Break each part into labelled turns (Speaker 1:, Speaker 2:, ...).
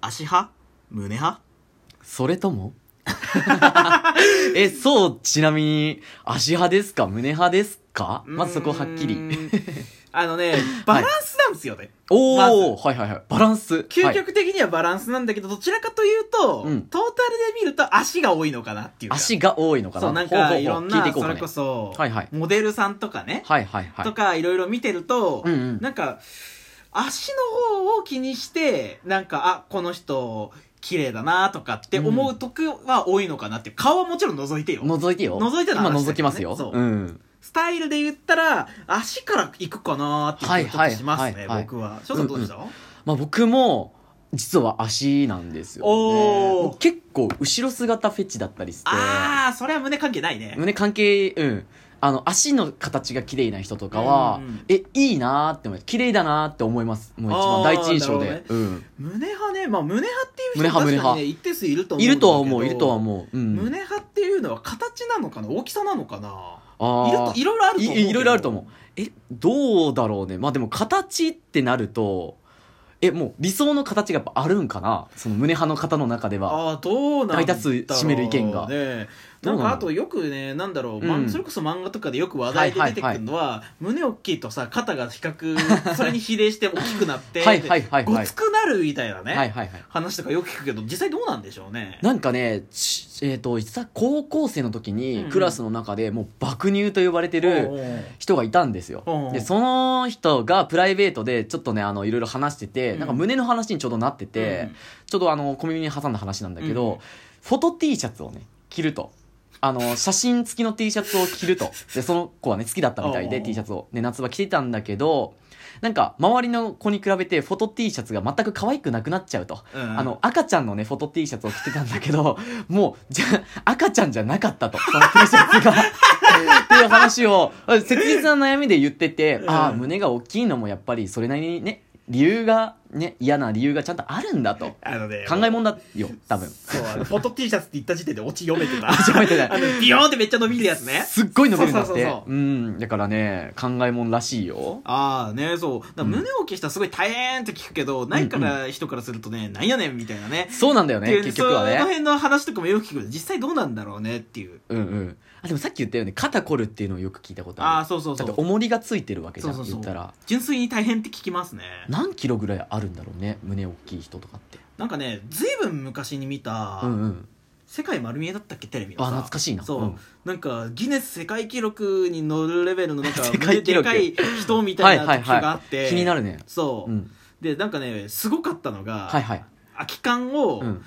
Speaker 1: 足派胸派
Speaker 2: それとも え、そう、ちなみに、足派ですか胸派ですかまずそこはっき
Speaker 1: う
Speaker 2: り。
Speaker 1: ーんあのねバランスなんですよね、
Speaker 2: お
Speaker 1: まず
Speaker 2: ー、はいはいはい。バランス。
Speaker 1: 究
Speaker 2: はい
Speaker 1: 極的にはバランスなんだけどどちらかというと、
Speaker 2: うん
Speaker 1: トータルで見ると足が多いのかなっていうか
Speaker 2: 足が多いのかな
Speaker 1: そうなん
Speaker 2: ほうほ
Speaker 1: か
Speaker 2: うほう
Speaker 1: いろん
Speaker 2: 聞い
Speaker 1: な
Speaker 2: ていこ
Speaker 1: そ
Speaker 2: うか
Speaker 1: れ
Speaker 2: ね
Speaker 1: こ。そ、
Speaker 2: はいはい
Speaker 1: モデルさんとかね、
Speaker 2: はいはいはい
Speaker 1: と。かいろいろ見てると、
Speaker 2: うんうん
Speaker 1: なんか足の方を気にしてなんかあこの人綺麗だなとかって思う時は多いのかなっていう顔はもちろん覗いてよ、
Speaker 2: 覗いてよ。
Speaker 1: 覗いての話だ
Speaker 2: 今
Speaker 1: よね
Speaker 2: 覗きますよ。
Speaker 1: そう
Speaker 2: うん。
Speaker 1: スタイルで言ったら足から行くかなっていう気が
Speaker 2: はいはい
Speaker 1: しますね、
Speaker 2: はいはい
Speaker 1: 僕は翔さんどうでした、
Speaker 2: まあ僕も、実は足なんですよ、ね。
Speaker 1: おー
Speaker 2: 僕結構、後ろ姿フェチだったりして。
Speaker 1: ああそれは胸関係ないね
Speaker 2: 胸関係うんあの足の形が綺麗な人とかは、
Speaker 1: うんうん
Speaker 2: えいいなーって思います綺麗だなーって思いますもう一番
Speaker 1: あー
Speaker 2: 第一印象で、
Speaker 1: なる
Speaker 2: うん
Speaker 1: 胸派ねまあ胸派っていう人
Speaker 2: 胸派
Speaker 1: 確かに
Speaker 2: 胸
Speaker 1: ね一定数いると思うんだけど
Speaker 2: いるとは思ういるとは思う、うん、
Speaker 1: 胸派っていうのは形なのかな大きさなのかな
Speaker 2: あー
Speaker 1: いるといろいろあると思うけど
Speaker 2: いいろいろあると思うえどうだろうねまあでも形ってなるとえもう理想の形がやっぱあるんかなその胸派の方の中では
Speaker 1: ああどうなんだろう、ね、
Speaker 2: 大多数占める意見が
Speaker 1: な
Speaker 2: ど
Speaker 1: ん
Speaker 2: うな
Speaker 1: か
Speaker 2: の
Speaker 1: あとよくねなんだろう、
Speaker 2: うん
Speaker 1: まそれこそ漫画とかでよく話題で出てくるのは,、胸大きいとさ肩が比較それに比例して大きくなって
Speaker 2: はいはいはいはい
Speaker 1: ごつくなるみたいなね、
Speaker 2: はいはいはい
Speaker 1: 話とかよく聞くけど実際どうなんでしょうね
Speaker 2: なんかね、ちえっ、と、実は高校生の時
Speaker 1: うんう
Speaker 2: に
Speaker 1: ん
Speaker 2: クラスの中でもう爆乳と呼ばれてる
Speaker 1: おうおう
Speaker 2: 人がいたんですよ
Speaker 1: うんうん。
Speaker 2: で、その人がプライベートでちょっとね、あの、いろいろ話してて、
Speaker 1: うん
Speaker 2: なんか胸の話にちょうどなってて、
Speaker 1: うん
Speaker 2: ちょうどあの、小耳に挟んだ話なんだけ
Speaker 1: うん
Speaker 2: ど、フォト T シャツをね、着ると。あの、写真付きの T シャツを着ると。で、その子はね、好きだったみたい
Speaker 1: お
Speaker 2: で
Speaker 1: う
Speaker 2: T シャツを。ね、夏場着てたんだけど、なんか、周りの子に比べてフォト T シャツが全く可愛くなくなっちゃうと。
Speaker 1: うん
Speaker 2: あの、赤ちゃんのね、フォト T シャツを着てたんだけど、 もう、じゃあ、赤ちゃんじゃなかったと、その T シャツが。 っていう話を、切実な悩みで言ってて、
Speaker 1: うん
Speaker 2: ああ、胸が大きいのもやっぱりそれなりにね、理由が、ね、嫌な理由がちゃんとあるんだと。
Speaker 1: あのね
Speaker 2: 考えもんだよ、多分。
Speaker 1: そうあのフォト T シャツって言った時点でオチ読めてた
Speaker 2: ちょ待って
Speaker 1: あのビヨーンってめっちゃ伸びるやつね
Speaker 2: すっごい伸びるんだっ
Speaker 1: そうそう
Speaker 2: て。
Speaker 1: そうそう
Speaker 2: うん、だからね、考えもんらしいよ。
Speaker 1: ああねそうだから
Speaker 2: うん
Speaker 1: 胸を消したらすごい大変って聞くけど、ないから人からするとねなんやねんみたいなね
Speaker 2: そうなんだよ
Speaker 1: ってい
Speaker 2: ね、
Speaker 1: う
Speaker 2: 結局は
Speaker 1: その
Speaker 2: ね。
Speaker 1: 辺の話とかもよく聞くけど実際どうなんだろうねっていう
Speaker 2: うんうん。あ、でもさっき言ったよね、肩凝るっていうのをよく聞いたこと
Speaker 1: あ
Speaker 2: あ
Speaker 1: あ
Speaker 2: る。
Speaker 1: そうそうそ
Speaker 2: だって
Speaker 1: う
Speaker 2: 重りがついてるわけじゃ
Speaker 1: そ
Speaker 2: ん、
Speaker 1: うそうそ
Speaker 2: 言
Speaker 1: う
Speaker 2: ったら。
Speaker 1: 純粋に大変って聞きますね
Speaker 2: 何キロぐらいあるんだろうね胸大きい人とかって
Speaker 1: なんかねずいぶん昔に見た
Speaker 2: う
Speaker 1: 「
Speaker 2: んうん
Speaker 1: 世界丸見え」だったっけテレビの
Speaker 2: あ
Speaker 1: さ
Speaker 2: 懐かしいな
Speaker 1: そう、
Speaker 2: うん
Speaker 1: なんかギネス世界記録に乗るレベルのなんか
Speaker 2: 世界記録
Speaker 1: でかい人みたいな
Speaker 2: はい
Speaker 1: 特
Speaker 2: は
Speaker 1: 集
Speaker 2: いはい
Speaker 1: があって、
Speaker 2: 気になるね
Speaker 1: そう、
Speaker 2: うん
Speaker 1: でなんかねすごかったのが、
Speaker 2: はいはい
Speaker 1: 空き缶を、
Speaker 2: うん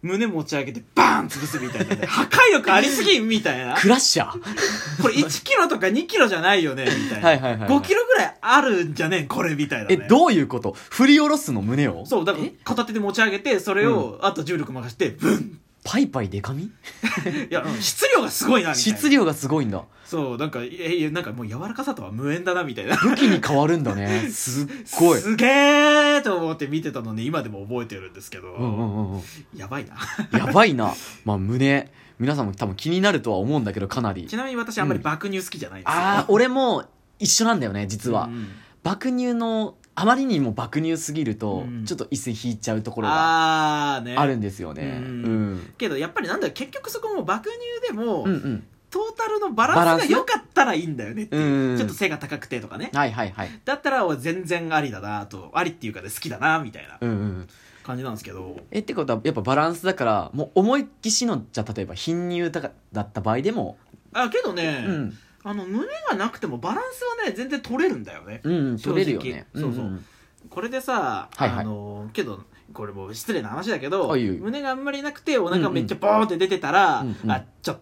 Speaker 1: 胸持ち上げてバーン潰すみたいな ね破壊力ありすぎんみたいな
Speaker 2: クラッシャー
Speaker 1: これ1キロとか2キロじゃないよねみたいな
Speaker 2: はいはいはいはい
Speaker 1: 5キロぐらいあるんじゃねんこれみたいな、
Speaker 2: え
Speaker 1: ね、
Speaker 2: どういうこと振り下ろすの胸を
Speaker 1: そうだから
Speaker 2: え
Speaker 1: 片手で持ち上げてそれを、あと重力任してブン
Speaker 2: パイパイデカミ
Speaker 1: いや質量がすごいなみたいな
Speaker 2: 質量がすごいんだ
Speaker 1: そうなんかいやいやなんかもう柔らかさとは無縁だなみたいな
Speaker 2: 武器に変わるんだねすっごい
Speaker 1: すげーと思って見てたのに今でも覚えてるんですけど、
Speaker 2: うんうんうんうん
Speaker 1: やばいな
Speaker 2: やばいなまあ胸皆さんも多分気になるとは思うんだけどかなり
Speaker 1: ちなみに私あんまり爆乳好きじゃないんですよ、
Speaker 2: ああ俺も一緒なんだよね実は
Speaker 1: うん
Speaker 2: 爆乳のあまりにも爆乳すぎると
Speaker 1: うん
Speaker 2: ちょっと一線引いちゃうところが
Speaker 1: あーね
Speaker 2: あるんですよね
Speaker 1: う
Speaker 2: うんん
Speaker 1: けどやっぱりなんだろう結局そこも爆乳でも、
Speaker 2: うんうん
Speaker 1: トータルのバランスが良かったらいいんだよねっていう
Speaker 2: うん
Speaker 1: ちょっと背が高くてとかね
Speaker 2: はいはいはい。
Speaker 1: だったら俺全然ありだなとありっていうかで好きだなみたいな
Speaker 2: うんうん。
Speaker 1: 感じなんですけど
Speaker 2: え、ってことは、やっぱバランスだから、もう思いっきしの、じゃあ例えば貧乳だかだった場合でも、
Speaker 1: あけどね、
Speaker 2: うん、
Speaker 1: あの胸がなくてもバランスはね全然取れるんだよね
Speaker 2: うん、うん、
Speaker 1: 正直
Speaker 2: 取れるよね。
Speaker 1: そうそうこれでさ、
Speaker 2: はいはい
Speaker 1: あのけどこれもう失礼な話だけど、
Speaker 2: あいいよいいよ
Speaker 1: 胸があんまりなくてお腹めっちゃボーンって出てたら、
Speaker 2: うんうん
Speaker 1: あちょっと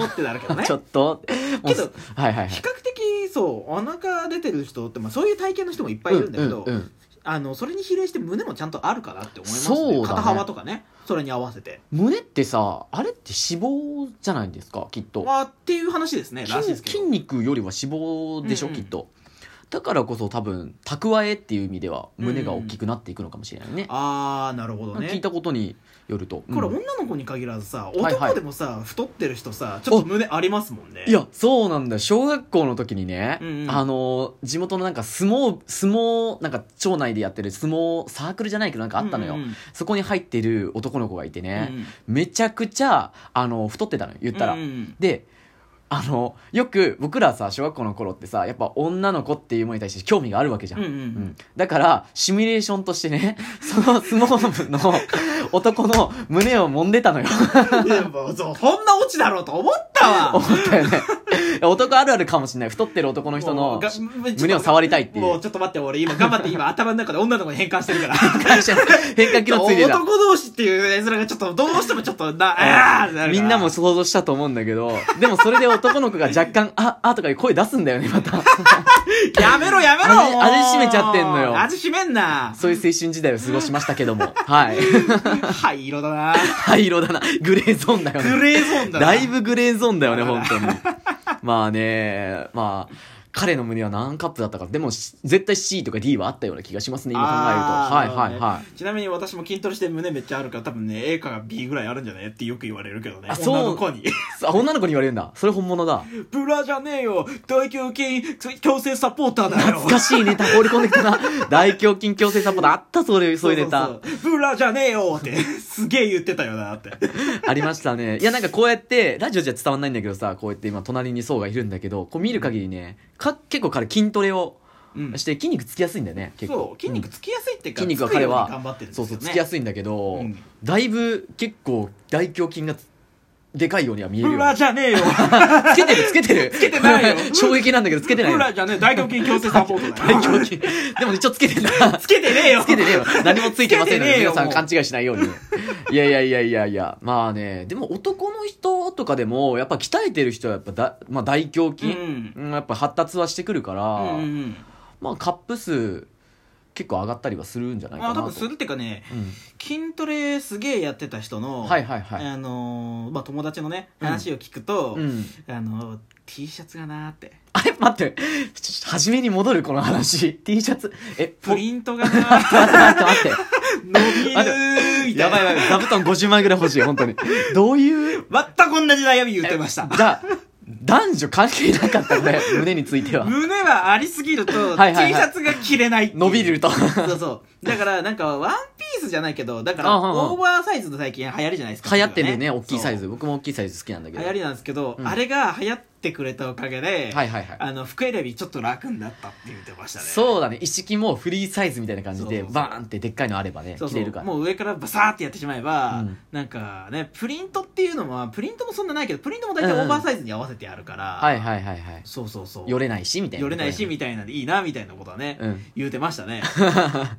Speaker 1: ーってなるけど
Speaker 2: うん
Speaker 1: ね
Speaker 2: ちょっと、もう
Speaker 1: けど
Speaker 2: はいはいはい。
Speaker 1: 比較的そうお腹出てる人って、まあ、そういう体型の人もいっぱいいるんだけど、
Speaker 2: うんうんうん
Speaker 1: あのそれに比例して胸もちゃんとあるかなって思います
Speaker 2: そ
Speaker 1: ね
Speaker 2: うだね
Speaker 1: 肩幅とかねそれに合わせて
Speaker 2: 胸ってさ、あれって脂肪じゃないですか、きっと。
Speaker 1: わーっていう話ですねらしい
Speaker 2: 筋
Speaker 1: ですけ
Speaker 2: 筋
Speaker 1: ど
Speaker 2: 肉よりは脂肪でしょ、
Speaker 1: うんうん
Speaker 2: きっと。だからこそ多分蓄えっていう意味では胸が大きくなっていくのかもしれないね、
Speaker 1: ああなるほどね
Speaker 2: 聞いたことによると、うん
Speaker 1: これ女の子に限らずさ
Speaker 2: はい
Speaker 1: 男でもさ、太ってる人さちょっと胸ありますもんね
Speaker 2: いやそうなんだよ小学校の時にね、
Speaker 1: うんうん
Speaker 2: あの地元のなんか相撲相撲なんか町内でやってる相撲サークルじゃないけどなんかあったのよ、
Speaker 1: うんうんうん
Speaker 2: そこに入ってる男の子がいてね、
Speaker 1: うん
Speaker 2: めちゃくちゃあの太ってたのよ言ったら、
Speaker 1: うんうん
Speaker 2: であのよく僕らさ小学校の頃ってさやっぱ女の子っていうものに対して興味があるわけじゃん、
Speaker 1: うんうんうん
Speaker 2: だからシミュレーションとしてねその相撲部の男の胸を揉んでたのよ
Speaker 1: いやもうそうそんなオチだろうと思ったわ
Speaker 2: 思ったよね男あるあるかもしれない太ってる男の人
Speaker 1: も
Speaker 2: の
Speaker 1: うが
Speaker 2: 胸を触りたいっていう
Speaker 1: もうちょっと待って俺今頑張って今頭の中で女の子に変換してるから
Speaker 2: 変換機能ついてた
Speaker 1: 男同士っていう絵面がちょっとどうしてもちょっとなあーってるから
Speaker 2: みんなも想像したと思うんだけどでもそれで男の子が若干「ああ」とかいう声出すんだよねまた
Speaker 1: やめろやめろ
Speaker 2: 味
Speaker 1: もう
Speaker 2: 味しめちゃってんのよ
Speaker 1: 味しめんな
Speaker 2: そういう青春時代を過ごしましたけどもはい
Speaker 1: 灰色だな
Speaker 2: 灰色だなグレーゾーンだよね
Speaker 1: グレーゾーンだな
Speaker 2: だいぶグレーゾーンだよね、
Speaker 1: だな
Speaker 2: 本当に。まあね、まあ、彼の胸は何カップだったか、でもし絶対 C とか D はあったような気がしますね、今考える
Speaker 1: あ
Speaker 2: と。は
Speaker 1: ー
Speaker 2: いはい
Speaker 1: なる
Speaker 2: は
Speaker 1: ほ
Speaker 2: い
Speaker 1: ど。ねちなみに私も筋トレして胸めっちゃあるから多分ね A か B ぐらいあるんじゃないってよく言われるけどね
Speaker 2: あそう
Speaker 1: 女の子に
Speaker 2: あ、女の子に言われるんだ。それ本物だ。
Speaker 1: ブラじゃねえよ大胸筋強制サポーターだよ
Speaker 2: 懐かしいネタ放り込んできたな。 大胸筋矯正サポートあった、それ、そういうネタ。
Speaker 1: そうそうブラじゃねえよって すげえ言ってたよなって
Speaker 2: ありましたね。いや、なんかこうやって、ラジオじゃ伝わんないんだけどさ、こうやって今隣に層がいるんだけど、こう見る限りね、か結構彼筋トレを
Speaker 1: うん
Speaker 2: して筋肉つきやすいんだよね、結構。
Speaker 1: そう筋肉つきやすいっていうか
Speaker 2: 筋肉は彼
Speaker 1: つくように頑張
Speaker 2: は
Speaker 1: ってるんです
Speaker 2: そ
Speaker 1: よ
Speaker 2: う
Speaker 1: ね
Speaker 2: そうつきやすいんだけど、
Speaker 1: うん
Speaker 2: だいぶ結構大胸筋がつでかいようには見える
Speaker 1: ブ
Speaker 2: よ
Speaker 1: ラじゃねえよ
Speaker 2: つけてるつけてるつ
Speaker 1: けてないよ
Speaker 2: 衝撃なんだけどつけてない
Speaker 1: ブ
Speaker 2: よ
Speaker 1: ラじゃねえ大胸筋強制サポートだ
Speaker 2: 大
Speaker 1: よ
Speaker 2: 胸筋でも一応つけてんだ
Speaker 1: つけてねえよ
Speaker 2: つけてねえよ何もついてません
Speaker 1: つけて
Speaker 2: ので
Speaker 1: ねえよ
Speaker 2: 皆さん
Speaker 1: もう
Speaker 2: 勘違いしない ようにいやいやいやいやいやまあねでも男の人とかでもやっぱ鍛えてる人はやっぱだ、まあ、大胸筋、
Speaker 1: うん
Speaker 2: うんやっぱ発達はしてくるから、
Speaker 1: うんうんうん
Speaker 2: まあカップ数結構上がったりはするんじゃないか
Speaker 1: ま
Speaker 2: な
Speaker 1: あ
Speaker 2: と
Speaker 1: 多分するっていうかね
Speaker 2: うん
Speaker 1: 筋トレすげえやってた人の、
Speaker 2: はいはいはい
Speaker 1: あのーまあ、友達のね
Speaker 2: うん
Speaker 1: 話を聞くと、
Speaker 2: うん
Speaker 1: あのー T シャツがなーって
Speaker 2: あれ待って。ちょっと初めに戻る、この話。T シャツ。え、
Speaker 1: プ
Speaker 2: ン。
Speaker 1: リントがなー
Speaker 2: 待って待って 待っ
Speaker 1: 伸びる
Speaker 2: あで
Speaker 1: ーみ
Speaker 2: て。
Speaker 1: たいな
Speaker 2: やばいやばい。座布団50枚ぐらい欲しい、本 当に。どういう。
Speaker 1: 全く同じ悩み言ってました
Speaker 2: じゃあ、男女関係なかったんだよ、胸については。
Speaker 1: 胸はありすぎると
Speaker 2: はいはいはい
Speaker 1: T シャツが着れないっていう
Speaker 2: 伸び ると。
Speaker 1: そうそうだからなんかワンピースじゃないけどだから
Speaker 2: あはんはん
Speaker 1: オーバーサイズの最近流行りじゃないですか
Speaker 2: 流行ってるね、大きいサイ
Speaker 1: ズ
Speaker 2: ズ。僕も大きいサイズ好きなんだけ
Speaker 1: 流
Speaker 2: ど。
Speaker 1: 行りなんですけど、
Speaker 2: うん
Speaker 1: あれが流行ってくれたおかげで、
Speaker 2: はいはいはい。
Speaker 1: あの服選びちょっと楽になったって言ってましたね
Speaker 2: そうだね、一式もフリーサイズみたいな感じで、
Speaker 1: そうそうそう
Speaker 2: バーンってでっかいのあればね、
Speaker 1: そう
Speaker 2: 着
Speaker 1: そ
Speaker 2: れ
Speaker 1: う
Speaker 2: るから。
Speaker 1: もう上からバサーってやってしまえば、
Speaker 2: うん
Speaker 1: なんかねプリントっていうのはプリントもそんなないけどプリントも大体オーバーサイズに合わせてあるから、
Speaker 2: はいはいはいはい。
Speaker 1: そうそうそう
Speaker 2: よれないし、みたいな。
Speaker 1: よれないしみたいなんでいいなみたいなことはね、
Speaker 2: うん。
Speaker 1: 言うてましたね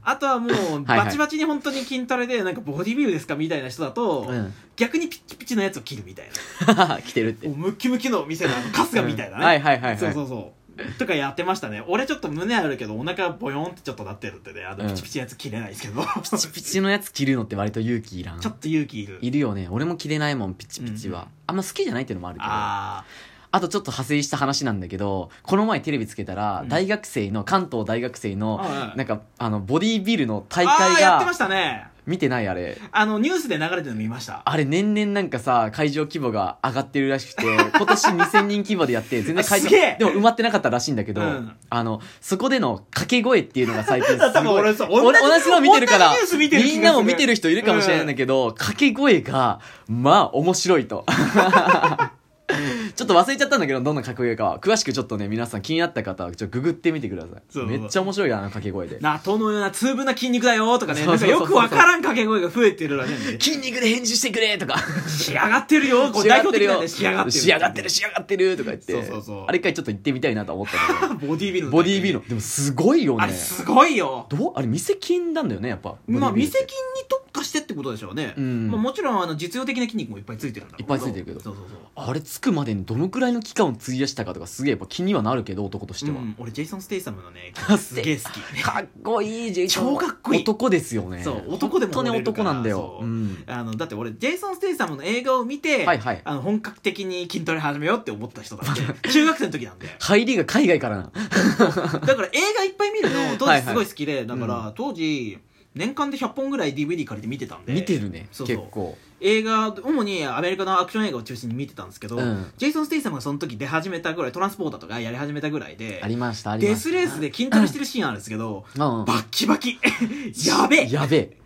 Speaker 1: あとはもう
Speaker 2: はいはい
Speaker 1: バチバチに本当に筋トレでなんかボディビルですかみたいな人だと、
Speaker 2: うん。
Speaker 1: 逆にピッチピチのやつを切るみたい
Speaker 2: 着てるって
Speaker 1: な。もうムッキムキのお店のあの春日みたいな
Speaker 2: う
Speaker 1: ね、
Speaker 2: んはいはいはいはい。
Speaker 1: そうそうそうとかやってましたね俺ちょっと胸あるけどお腹ボヨンってちょっとなってるんでねあ
Speaker 2: う
Speaker 1: の
Speaker 2: ん
Speaker 1: ピチピチのやつ切れないですけ ど、
Speaker 2: ピチピチのやつ着るのって割と勇気いらん
Speaker 1: ちょっと勇気いる
Speaker 2: いるよね俺も着れないもんピチピチ
Speaker 1: う
Speaker 2: は、
Speaker 1: ん
Speaker 2: あんま好きじゃないっていうのもあるけどあ
Speaker 1: ああ
Speaker 2: とちょっと派生した話なんだけどこの前テレビつけたら、
Speaker 1: うん
Speaker 2: 大学生の関東大学生の、
Speaker 1: はい
Speaker 2: なんかあのボディービルの大
Speaker 1: あー
Speaker 2: 会
Speaker 1: やってま
Speaker 2: が
Speaker 1: したね
Speaker 2: 見てないあれ
Speaker 1: あのニュースで流れてるの見ました
Speaker 2: あれ年々なんかさ会場規模が上がってる らしくて今年2000人規模でやって全然会場
Speaker 1: すげえ
Speaker 2: でも埋まってなかったらしいんだけど、
Speaker 1: うん
Speaker 2: あのそこでの掛け声っていうのが最近す
Speaker 1: 多分
Speaker 2: ごい
Speaker 1: 俺さ同
Speaker 2: 同
Speaker 1: じ
Speaker 2: じの見てるから
Speaker 1: 同じニュース見てる気がする
Speaker 2: みんなも見てる人いるかもしれないんだけど、掛け声がまあ面白いと ちょっと忘れちゃったんだけどどんな掛け声かは詳しくちょっとね皆さん気になった方はちょっとググってみてください
Speaker 1: そう
Speaker 2: めっちゃ面白いよあの掛け声で
Speaker 1: 納豆のような通分な筋肉だよとかね
Speaker 2: そ
Speaker 1: な
Speaker 2: うんそ
Speaker 1: か
Speaker 2: うそ
Speaker 1: よ
Speaker 2: うそう
Speaker 1: くわからん掛け声が増えてるらしい んで
Speaker 2: 筋肉で返事してくれ とか
Speaker 1: 仕上がってるよこう代表的なんで仕上がってる
Speaker 2: 仕上がってる仕上がってるとか言って
Speaker 1: そうそうそう
Speaker 2: あれ一回ちょっと行ってみたいなと思ったんだけ
Speaker 1: ボディービル
Speaker 2: ど
Speaker 1: の
Speaker 2: ボディービルのでもすごいよ
Speaker 1: あ
Speaker 2: ね
Speaker 1: れすごいよ
Speaker 2: どうあれ店金なんだよねやっぱ
Speaker 1: まあ
Speaker 2: ボディービル
Speaker 1: 店金に特化してってことでしょうね、
Speaker 2: うん
Speaker 1: まあ、もちろんあの実用的な筋肉もいっぱいついてるんだろう
Speaker 2: いっぱいついてるけど
Speaker 1: そうそうそう
Speaker 2: あれつくまでにどのくらいの期間を費やしたかとかすげえやっぱ気にはなるけど男としては、
Speaker 1: うん、俺ジェイソン・ステイサムのねすげえ好き
Speaker 2: かっこいいジェイソン
Speaker 1: 超かっこいい
Speaker 2: 男ですよね
Speaker 1: そう男でも
Speaker 2: 本当に
Speaker 1: 惚れるか
Speaker 2: 男
Speaker 1: ら
Speaker 2: なんだよ
Speaker 1: そう
Speaker 2: うん
Speaker 1: あのだって俺ジェイソン・ステイサムの映画を見て、
Speaker 2: はいはい
Speaker 1: あの本格的に筋トレ始めようって思った人だって 中学生の時なんで
Speaker 2: 入りが海外から
Speaker 1: だ
Speaker 2: な
Speaker 1: から映画いっぱい見るの当
Speaker 2: はいはい
Speaker 1: 時すごい好きで、だから、当時年間で100本ぐらい DVD 借りて見てたんで
Speaker 2: 見てるね
Speaker 1: そうそう
Speaker 2: 結構
Speaker 1: 映画主にアメリカのアクション映画を中心に見てたんですけど、
Speaker 2: うん
Speaker 1: ジェイソン・ステイサムがその時出始めたぐらいトランスポーターとかやり始めたぐらいで
Speaker 2: ありましたありま
Speaker 1: デ
Speaker 2: し
Speaker 1: スレースで筋トレしてるシーンあるんですけど、
Speaker 2: たうんうん
Speaker 1: バッキバキ やべえ
Speaker 2: やべえ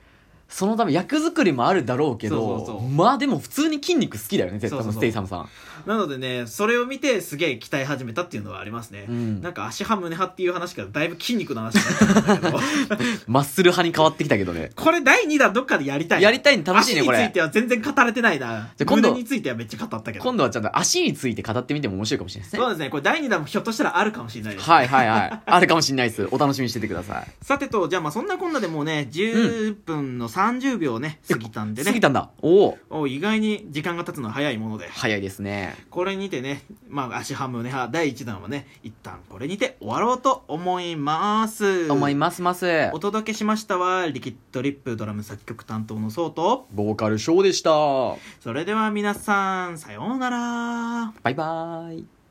Speaker 2: そのため役作りもあるだろうけど
Speaker 1: そうそうそう
Speaker 2: まあでも普通に筋肉好きだよね絶対
Speaker 1: そうそうそう
Speaker 2: ステイサムさん
Speaker 1: なのでねそれを見てすげえ鍛え始めたっていうのはありますね、
Speaker 2: うん
Speaker 1: なんか足派胸派っていう話からだいぶ筋肉の話になったんだけど
Speaker 2: マッスル派に変わってきたけどね
Speaker 1: これ第2弾どっかでやりたいな
Speaker 2: やりたいの楽しいねこ
Speaker 1: 足につい
Speaker 2: れ
Speaker 1: ては全然語れてないな
Speaker 2: じゃあ今度
Speaker 1: 胸についてはめっちゃ語ったけど
Speaker 2: 今度はちゃんと足について語ってみても面白いかもしれないですね
Speaker 1: そうですねこれ第2弾もひょっとしたらあるかもしれないです、
Speaker 2: はいはいはいあるかもしれないですお楽しみにしててくださ
Speaker 1: さてとじゃあまあそんなこんなでもうね10分の30秒ね、過ぎたん
Speaker 2: い
Speaker 1: で
Speaker 2: 過
Speaker 1: ね
Speaker 2: ぎたんだおお
Speaker 1: お意外に時間が経つのは早いもので
Speaker 2: 早いですね
Speaker 1: これにてね、まあ、足派胸派第1弾はね一旦これにて終わろうと思います
Speaker 2: 思いますます
Speaker 1: お届けしましたはリキッドリップドラム作曲担当のソウと
Speaker 2: ボーカルショーでした
Speaker 1: それでは皆さんさようなら
Speaker 2: バイバーイ